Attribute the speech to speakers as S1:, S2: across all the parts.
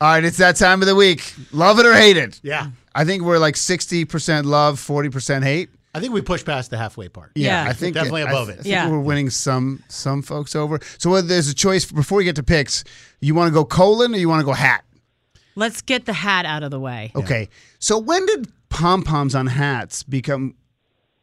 S1: All right, it's that time of the week. Love it or hate it.
S2: Yeah.
S1: I think we're like 60% love, 40% hate.
S2: I think we pushed past the halfway part.
S3: Yeah.
S1: I think
S2: Definitely
S1: I-
S2: above
S1: I
S2: it.
S1: think
S3: Yeah.
S1: we're winning some some folks over. So whether there's a choice before we get to picks. You want to go colon or you want to go hat?
S3: Let's get the hat out of the way.
S1: Okay. So when did pom poms on hats become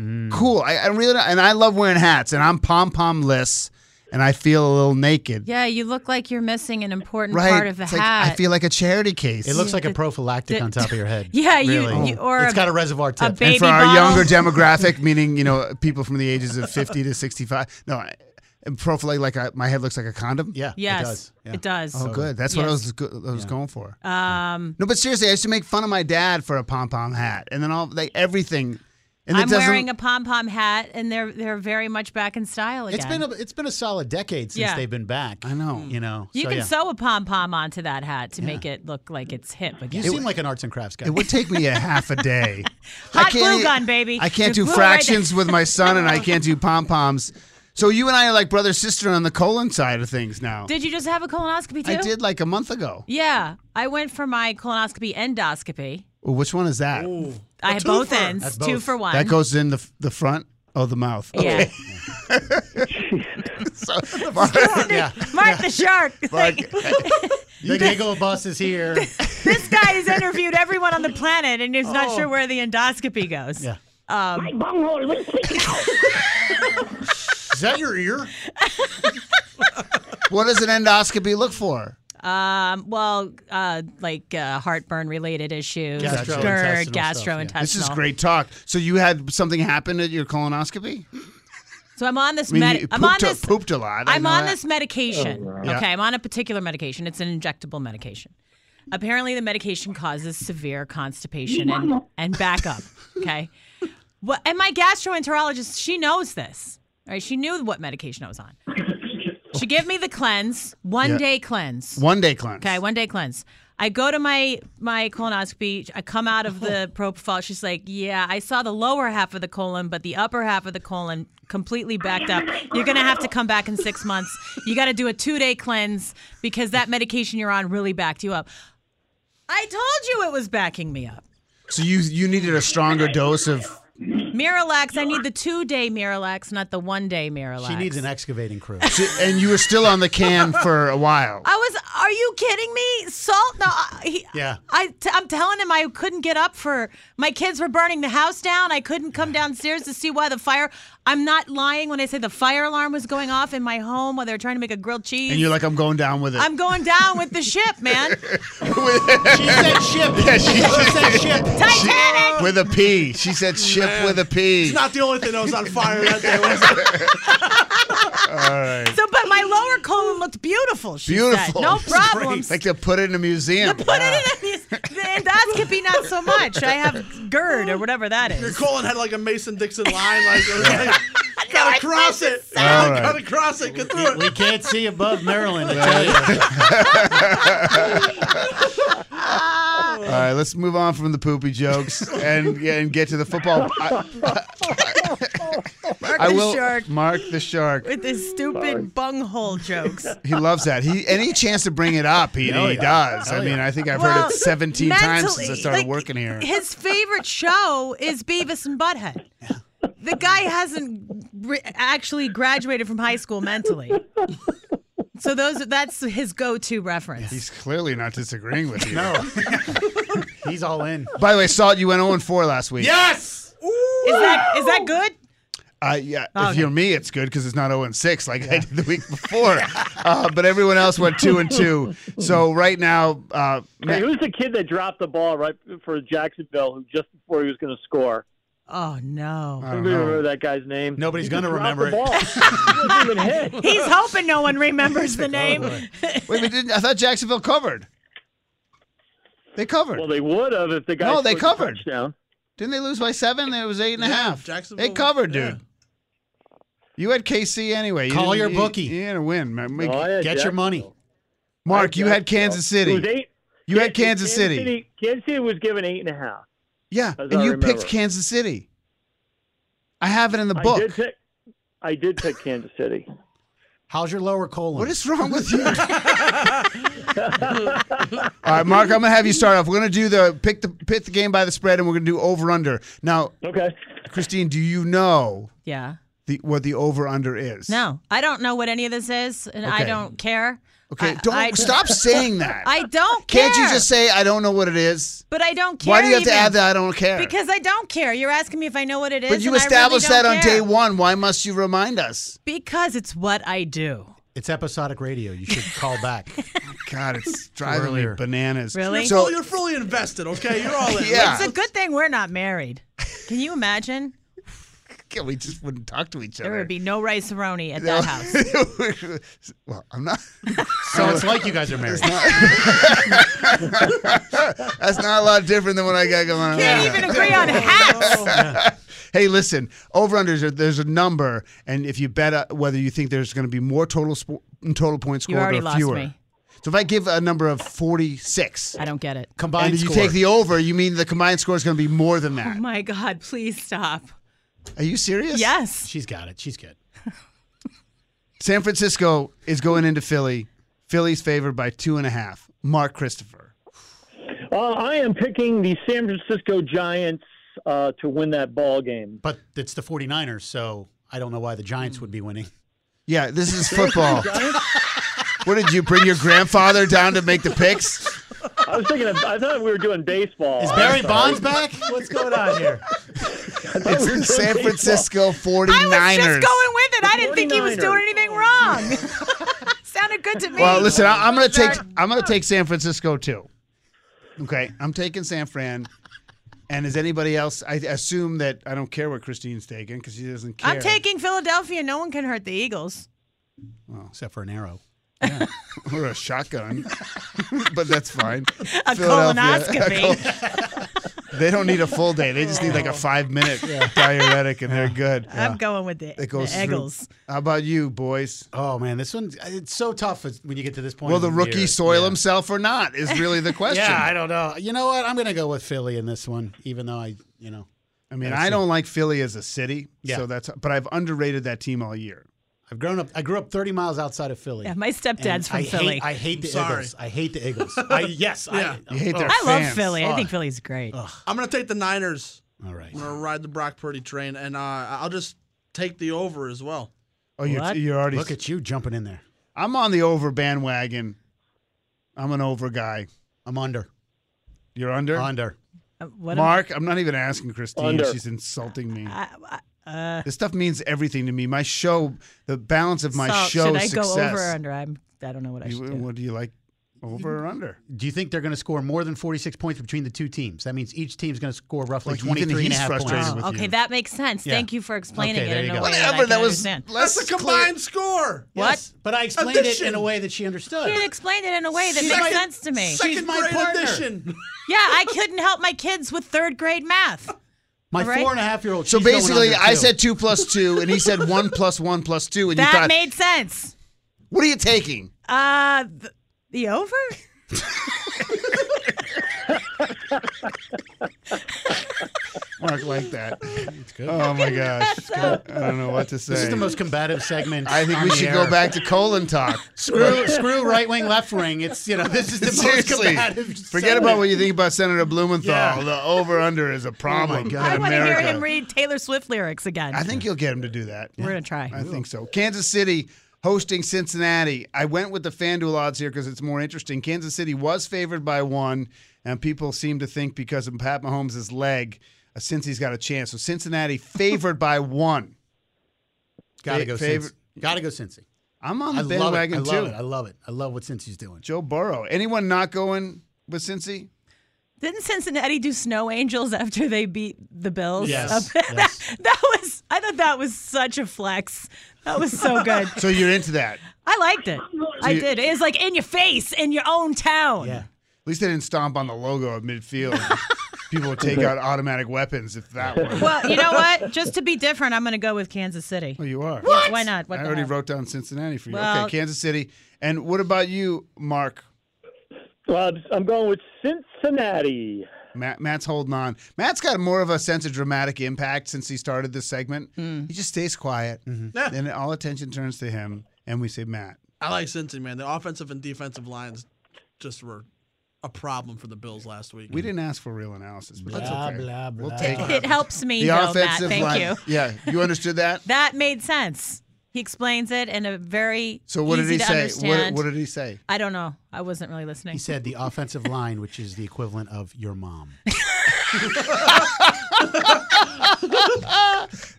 S2: Mm.
S1: cool? I, I really and I love wearing hats, and I'm pom pom less, and I feel a little naked.
S3: Yeah, you look like you're missing an important
S1: Right.
S3: part of the
S1: It's like,
S3: hat.
S1: I feel like a charity case.
S2: It looks like a prophylactic
S3: the-
S2: on top of your head.
S3: Yeah, you-
S2: Really.
S3: you- or
S2: it's
S3: a-
S2: got a reservoir tip.
S3: ba-
S1: and for
S3: baby
S1: our
S3: bottle.
S1: younger demographic, meaning you know people from the ages of 50 to 65. No, I- and profile like a, my head looks like a condom.
S2: yeah,
S3: yes,
S2: it does. Yeah.
S1: Oh, good. That's what I was go- I was going for.
S3: Um,
S1: No, but seriously, I used to make fun of my dad for a pom pom hat, and then all like everything. And it
S3: I'm
S1: doesn't-
S3: wearing a pom pom hat, and they're they're very much back in style again.
S2: It's been a, it's been a solid decade since
S3: Yeah.
S2: they've been back.
S1: I know.
S3: Hmm.
S2: You know.
S3: you
S1: Oh,
S2: so,
S3: can
S2: yeah.
S3: sew a pom pom onto that hat to make it look like it's hip
S2: You
S3: again.
S2: seem like an arts and crafts guy.
S1: It would take me a half a day.
S3: Hot
S1: I can't
S3: glue
S1: e-
S3: gun, baby.
S1: I can't
S3: Just
S1: do
S3: glue it right
S1: fractions with my son, and I can't do pom poms. So you and I are like brother sister on the colon side of things now.
S3: Did you just have a colonoscopy too?
S1: I did like a month ago.
S3: Yeah, I went for my colonoscopy endoscopy.
S1: Well, which one is that? Oh,
S3: I had both ends,
S2: That's
S3: two
S2: both.
S3: for one.
S1: That goes in the f- the front. Oh, the mouth.
S3: yeah.
S1: So,
S2: yeah.
S3: Mark the Shark. Like,
S2: The giggle bus is here.
S3: this guy has interviewed everyone on the planet and is not sure where the endoscopy goes.
S2: Oh. Yeah.
S3: Um,
S2: Is that your ear?
S1: what does an endoscopy look for?
S3: um, well, uh, like uh, heartburn related issues,
S2: Gastrointestinal
S3: GERD,
S2: stuff, yeah.
S3: gastrointestinal.
S1: This is great talk. So you had something happen at your colonoscopy?
S3: So I'm on this
S1: I mean,
S3: med-
S1: you
S3: I'm on
S1: pooped a-
S3: this
S1: pooped a lot. I
S3: I'm
S1: know
S3: on
S1: that.
S3: this medication.
S2: Oh,
S1: Yeah.
S3: Okay, I'm on a particular medication. It's an injectable medication. Apparently, the medication causes severe constipation and, and backup. Okay. Well, and my gastroenterologist, she knows this. Right? She knew what medication I was on. She gave me the cleanse, one
S1: Yeah.
S3: day cleanse.
S1: One day cleanse.
S3: Okay, one day cleanse. I go to my my colonoscopy. I come out of the propofol. She's like, "Yeah, I saw the lower half of the colon, but the upper half of the colon completely backed up. You're gonna have to come back in six months. You got to do a two day cleanse because that medication you're on really backed you up." I told you it was backing me up.
S1: So you you needed a stronger dose of.
S3: Miralax. I need the two day Miralax, not the one day Miralax.
S2: She needs an excavating crew.
S1: And you were still on the can for a while.
S3: I was. Are you kidding me? Salt? No. I, he,
S2: Yeah.
S3: I. T- I'm telling him I couldn't get up for. My kids were burning the house down. I couldn't come downstairs to see why the fire. I'm not lying when I say the fire alarm was going off in my home while they were trying to make a grilled cheese.
S1: And you're like, I'm going down with it.
S3: I'm going down with the ship, man.
S2: she said ship. Yeah, she, said ship.
S3: Titanic.
S1: with a P. She said ship with a P.
S2: Not the only thing that was on fire that day. Was
S3: So, but my lower colon looked beautiful. She
S1: Beautiful.
S3: Said. No
S1: This is
S3: problems.
S1: Like to put it in a museum.
S3: Put it in the endoscopy, not so much. I have GERD or whatever that is.
S4: Colin had like a Mason Dixon line, like, it was like, gotta cross it,
S1: All right.
S4: gotta cross it, get through it.
S2: we can't see above Maryland. I tell you.
S1: All right, let's move on from the poopy jokes and and get to the football. I,
S3: Mark
S1: I
S3: the
S1: will
S3: shark
S1: mark the shark.
S3: with his stupid bunghole jokes.
S1: He loves that. He any chance to bring it up, he,
S2: Oh,
S1: he
S2: yeah.
S1: does.
S2: Hell
S1: I mean,
S2: yeah.
S1: I think I've
S3: Well,
S1: heard it 17 times since I
S3: mentally,
S1: started
S3: like,
S1: working here.
S3: His favorite show is Beavis and Butthead. The guy hasn't re- actually graduated from high school mentally. So those that's his go-to reference.
S1: He's clearly not disagreeing with you.
S5: No. He's all in.
S1: By the way, Salt, you went 0 4 last week.
S4: Yes.
S3: Is that is that good?
S1: Uh, yeah,
S3: Oh,
S1: if
S3: okay.
S1: you're me, it's good because it's not 0 and 6 like I did the week before. uh, but everyone else went 2 and 2. So right now, uh,
S6: Hey,
S1: Matt,
S6: who's the kid that dropped the ball right for Jacksonville who just before he was going to score?
S3: Oh no.
S1: I don't
S6: Do you
S1: know.
S6: remember that guy's name?
S5: Nobody's
S6: He
S5: gonna
S6: just
S5: remember
S6: dropped the ball. He wasn't even hit.
S3: He's hoping no one remembers the name.
S1: oh, Wait, we didn't, I thought Jacksonville covered. They covered.
S6: Well, they would have if the guy.
S1: No, they
S6: scored the
S1: covered.
S6: Touchdown.
S1: didn't they lose by seven? It was eight and a
S4: Yeah,
S1: half.
S4: Jacksonville-
S1: They covered, dude.
S4: yeah.
S1: You had KC anyway. You
S5: Call
S1: didn't-
S5: your
S1: you-
S5: bookie.
S1: You, had a win. Ma- make-
S6: Oh, I had
S5: Get your money.
S6: Jacksonville.
S1: Mark, you
S6: I had
S1: had Kansas
S6: It was
S1: City.
S6: eight.
S1: You had Kansas City.
S6: Kansas City was given eight and a half.
S1: Yeah,
S6: As
S1: and
S6: I
S1: you
S6: remember.
S1: picked Kansas City. I have it in the
S6: I
S1: book.
S6: did pick. I did pick Kansas City.
S5: How's your lower colon?
S1: What is wrong with you? All right, Mark, I'm gonna have you start off. We're gonna do the pick the pick the game by the spread, and we're gonna do over under. Now,
S6: Okay.
S1: Christine, do you know
S3: Yeah.
S1: the what the over under is?
S3: No, I don't know what any of this is, and I
S1: Okay.
S3: don't care.
S1: Okay,
S3: I-
S1: don't
S3: I-
S1: stop saying that.
S3: I don't care.
S1: Can't you just say I don't know what it is?
S3: But I don't care.
S1: Why do you have to
S3: even.
S1: add that I don't care?
S3: Because I don't care. You're asking me if I know what it is.
S1: but you
S3: and I really
S1: established
S3: don't
S1: that on
S3: care.
S1: day one. Why must you remind us?
S3: Because it's what I do.
S5: It's episodic radio. You should call back.
S1: God, it's driving
S5: earlier.
S1: me bananas.
S3: Really?
S1: So
S4: oh, you're fully invested. Okay, you're all in.
S1: Yeah.
S4: Let's-
S3: It's a good thing we're not married. Can you imagine?
S1: yeah, we just wouldn't talk to each other.
S3: There would be no rice roni at that house.
S1: well, I'm not.
S5: so it's like you guys are married.
S1: That's not a lot different than what I got going on. right now.
S3: Can't even agree on hats.
S1: Hey, listen, over unders. Are, there's a number, and if you bet uh, whether you think there's going to be more total spo- total points
S3: You
S1: scored
S3: already
S1: or
S3: lost
S1: fewer.
S3: me.
S1: So if I give a number of 46,
S3: I don't get it.
S5: Combined
S1: and you
S5: score.
S1: take the over, you mean the combined score is going to be more than that?
S3: Oh my God, please stop.
S1: Are you serious?
S3: Yes.
S5: She's got it. She's good.
S1: San Francisco is going into Philly. Philly's favored by two and a half. Mark Christopher.
S6: Uh, I am picking the San Francisco Giants uh, to win that ball game.
S5: But it's the 49ers, so I don't know why the Giants would be winning.
S1: Yeah, this is football. what did you bring your grandfather down to make the picks?
S6: I was thinking. Of, I thought we were doing baseball.
S5: Is
S6: I'm
S5: Barry
S6: sorry.
S5: Bonds back? What's going on here?
S1: It's the San Francisco
S3: I
S1: 49ers.
S3: was just going with it. I didn't think he was
S6: 49ers.
S3: doing anything wrong. Sounded good to me.
S1: Well, listen, I, I'm gonna take I'm gonna take San Francisco too. Okay, I'm taking San Fran. And is anybody else? I assume that I don't care what Christine's taking because she doesn't care.
S3: I'm taking Philadelphia. No one can hurt the Eagles.
S5: Except for an arrow.
S1: or a shotgun, but that's fine.
S3: A
S1: Philadelphia.
S3: colonoscopy.
S1: They don't need a full day. They just need like a five minute diuretic, and they're good.
S3: I'm going with the,
S1: It goes
S3: the
S1: through.
S3: Eagles.
S1: How about you, boys?
S5: Oh, man. This one, it's so tough when you get to this point.
S1: Will
S5: in
S1: the rookie
S5: year.
S1: soil
S5: Yeah.
S1: himself or not? Is really the question.
S5: Yeah, I don't know. You know what? I'm going to go with Philly in this one, even though I, you know,
S1: I mean, I don't like Philly as a city,
S5: Yeah.
S1: so that's. But I've underrated that team all year.
S5: I've grown up. I grew up 30 miles outside of Philly.
S3: Yeah, my stepdad's
S5: And
S3: from
S5: I
S3: Philly.
S5: Hate, I hate the
S4: sorry.
S5: Eagles. I hate the Eagles. I, yes.
S4: Yeah.
S5: I,
S1: You hate their
S3: I love
S1: fans.
S3: Philly. I think Philly's great.
S4: I'm gonna take the Niners.
S5: Oh. All right.
S4: I'm gonna ride the Brock Purdy train, and uh, I'll just take the over as well.
S1: Oh, you're,
S3: What?
S1: you're already.
S5: Look at you jumping in there.
S1: I'm on the over bandwagon. I'm an over guy.
S5: I'm under.
S1: You're under.
S5: Under.
S3: Uh, What am-
S1: Mark, I'm not even asking Christine.
S6: Under.
S1: She's insulting me.
S3: I- I- uh,
S1: this stuff means everything to me. My show, the balance of my
S3: Salt,
S1: show
S3: should I
S1: success.
S3: go over or under? I'm, I don't know what I should
S1: You-
S3: do.
S1: what do you like, over or under?
S5: Do you think they're going to score more than 46 points between the two teams? That means each team's going to score roughly
S1: Like, even
S5: 23 and a
S1: he's
S5: half
S1: frustrated
S5: points.
S1: with-
S3: Oh, okay,
S1: you.
S3: that makes sense.
S5: Yeah.
S3: Thank you for explaining
S5: Okay,
S3: it
S5: there
S3: in
S5: you
S3: a
S5: go.
S3: way that I
S1: Whatever.
S3: can
S1: That was
S3: understand.
S4: That's
S1: less
S4: the combined score.
S3: What?
S5: But I explained it in
S4: Addition.
S5: a way that she understood.
S3: You explained it in a way that
S5: She's
S3: makes
S5: my-
S3: sense to me.
S5: She's
S4: Second
S5: my
S4: grade
S5: partner.
S4: edition.
S3: Yeah, I couldn't help my kids with third grade math.
S5: My
S3: All right.
S5: four and a half year old.
S1: So
S5: she's going
S1: basically,
S5: under,
S1: I
S5: too.
S1: said two plus two, and he said one plus one plus two, and
S3: That
S1: you thought,
S3: made sense.
S1: what are you taking?
S3: Uh, th- the over?
S1: Oh Mark like that. Oh my gosh, I don't know what to say.
S5: This is the most combative segment.
S1: I think
S5: on
S1: we
S5: the
S1: should
S5: air.
S1: go back to colon talk.
S5: Screw, screw right wing, left wing. It's you know this is the most combative.
S1: Forget
S5: segment.
S1: about what you think about Senator Blumenthal.
S5: Yeah.
S1: The over under is a problem.
S5: God.
S3: Oh I
S1: in
S3: want to hear
S1: America.
S3: him read Taylor Swift lyrics again.
S1: I think you'll get him to do that.
S3: We're going to try.
S1: I think so. Kansas City hosting Cincinnati. I went with the FanDuel odds here because it's more interesting. Kansas City was favored by one, and people seem to think because of Pat Mahomes' leg, uh, since he's got a chance. So Cincinnati favored by one.
S5: Gotta
S1: Fa-
S5: go
S1: favor-
S5: Cincy. Gotta go Cincy.
S1: I'm on
S5: I
S1: the
S5: love it.
S1: bandwagon
S5: I
S1: too.
S5: love it. I love it. I love what Cincy's doing.
S1: Joe Burrow. Anyone not going with Cincy?
S3: Didn't Cincinnati do snow angels after they beat the Bills? Uh,
S5: Yes,
S3: That-
S5: yes.
S3: that, was I thought that was such a flex. That was so good.
S1: So you're into that. At
S3: I liked it. I
S1: you-
S3: did. It was like in your face in your own town.
S5: Yeah.
S1: least they didn't stomp on the logo of midfield. People would take out automatic weapons if that were.
S3: Well, you know what? Just to be different, I'm going to go with Kansas City.
S1: Oh, you are.
S3: Why not? What
S1: I
S3: the
S1: already
S3: hell?
S1: wrote down Cincinnati for you.
S3: Well-
S1: okay, Kansas City. And what about you, Mark?
S6: Well, I'm going with Cincinnati.
S1: Matt, Matt's holding on. Matt's got more of a sense of dramatic impact since he started this segment.
S3: Hmm.
S1: He just stays quiet,
S5: Mm-hmm.
S3: Ah.
S4: Yeah.
S1: and all attention turns to him, and we say Matt.
S4: I like Cincy, man. The offensive and defensive lines just were a problem for the Bills last week.
S1: We didn't ask for real analysis, but that's
S5: Mm-hmm. Blah,
S1: okay.
S5: blah,
S1: We'll
S5: blah.
S1: take
S3: It helps me,
S1: the
S3: though, Matt.
S1: offensive
S3: Thank
S1: line.
S3: you.
S1: Yeah, you understood that.
S3: That made sense. He explains it in a very
S1: So what did
S3: easy
S1: he
S3: to
S1: say? What,
S3: understand-
S1: what did he say?
S3: I don't know. I wasn't really listening.
S5: He said the offensive line, which is the equivalent of your mom.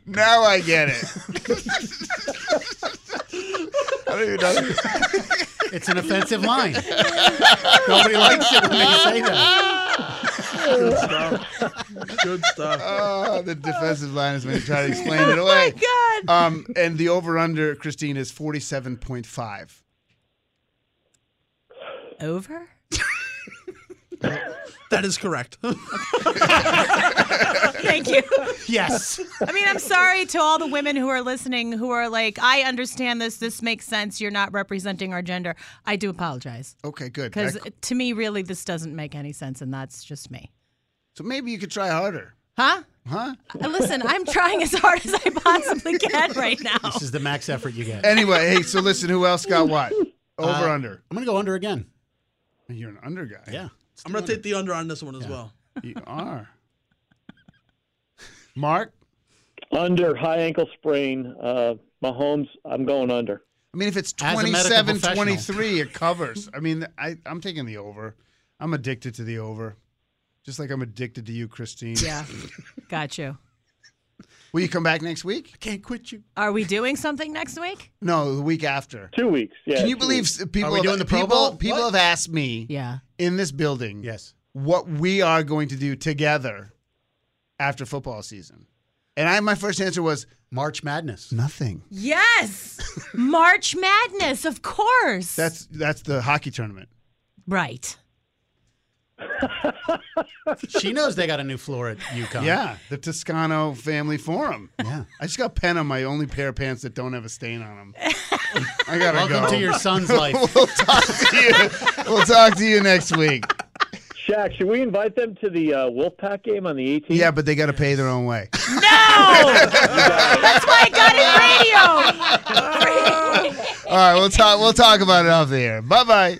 S1: Now I get it. I don't even know.
S5: It's an offensive line. Nobody likes it when they say that.
S4: Good stuff. Good stuff.
S1: Oh, the defensive line has been trying to explain it away.
S3: Oh God.
S1: Um, and the over under, Christine, is 47.5. uh,
S3: Over?
S4: That is correct.
S3: Thank you.
S5: Yes.
S3: I mean, I'm sorry to all the women who are listening who are like, I understand this. This makes sense. You're not representing our gender. I do apologize.
S1: Okay, good.
S3: Because
S1: Ec-
S3: to me, really, this doesn't make any sense, and that's just me.
S1: So maybe you could try harder.
S3: Huh?
S1: Huh?
S3: Uh, Listen, I'm trying as hard as I possibly can right now.
S5: This is the max effort you get.
S1: Anyway, hey, so listen, who else got what? Over
S5: Uh,
S1: under.
S5: I'm going to go under again.
S1: You're an under guy.
S5: Yeah.
S4: I'm gonna take the under on this one as well.
S1: You are. Mark?
S6: Under high ankle sprain. Uh, Mahomes, I'm going under.
S1: I mean, if it's
S5: As a medical
S1: 27
S5: professional.
S1: 23, it covers. I mean, I, I'm taking the over. I'm addicted to the over. Just like I'm addicted to you, Christine.
S3: Yeah. Got you.
S1: Will you come back next week?
S5: Can't quit you.
S3: Are we doing something next week?
S1: No, the week after.
S6: Two weeks. Yeah.
S1: Can you
S6: two
S1: believe
S6: weeks.
S1: s- people
S5: Are we
S1: have,
S5: doing the Pro
S1: people,
S5: Bowl?
S1: people
S5: What?
S1: have asked me
S3: Yeah.
S1: in this building
S5: Yes.
S1: what we are going to do together after football season. And I my first answer was
S5: March Madness.
S1: nothing.
S3: Yes. March Madness, of course.
S1: That's that's the hockey tournament.
S3: right.
S5: She knows they got a new floor at UConn.
S1: Yeah, the Toscano Family Forum.
S5: Uh-huh. Yeah.
S1: I just got pen on my only pair of pants that don't have a stain on them. I gotta
S5: Welcome
S1: go.
S5: to your son's life.
S1: we'll talk to you. We'll talk to you next week.
S6: Shaq, should we invite them to the uh, Wolfpack game on the 18th?
S1: Yeah, but they got to pay their own way.
S3: That's why I got in radio.
S1: All right, we'll talk. We'll talk about it off the air. Bye bye.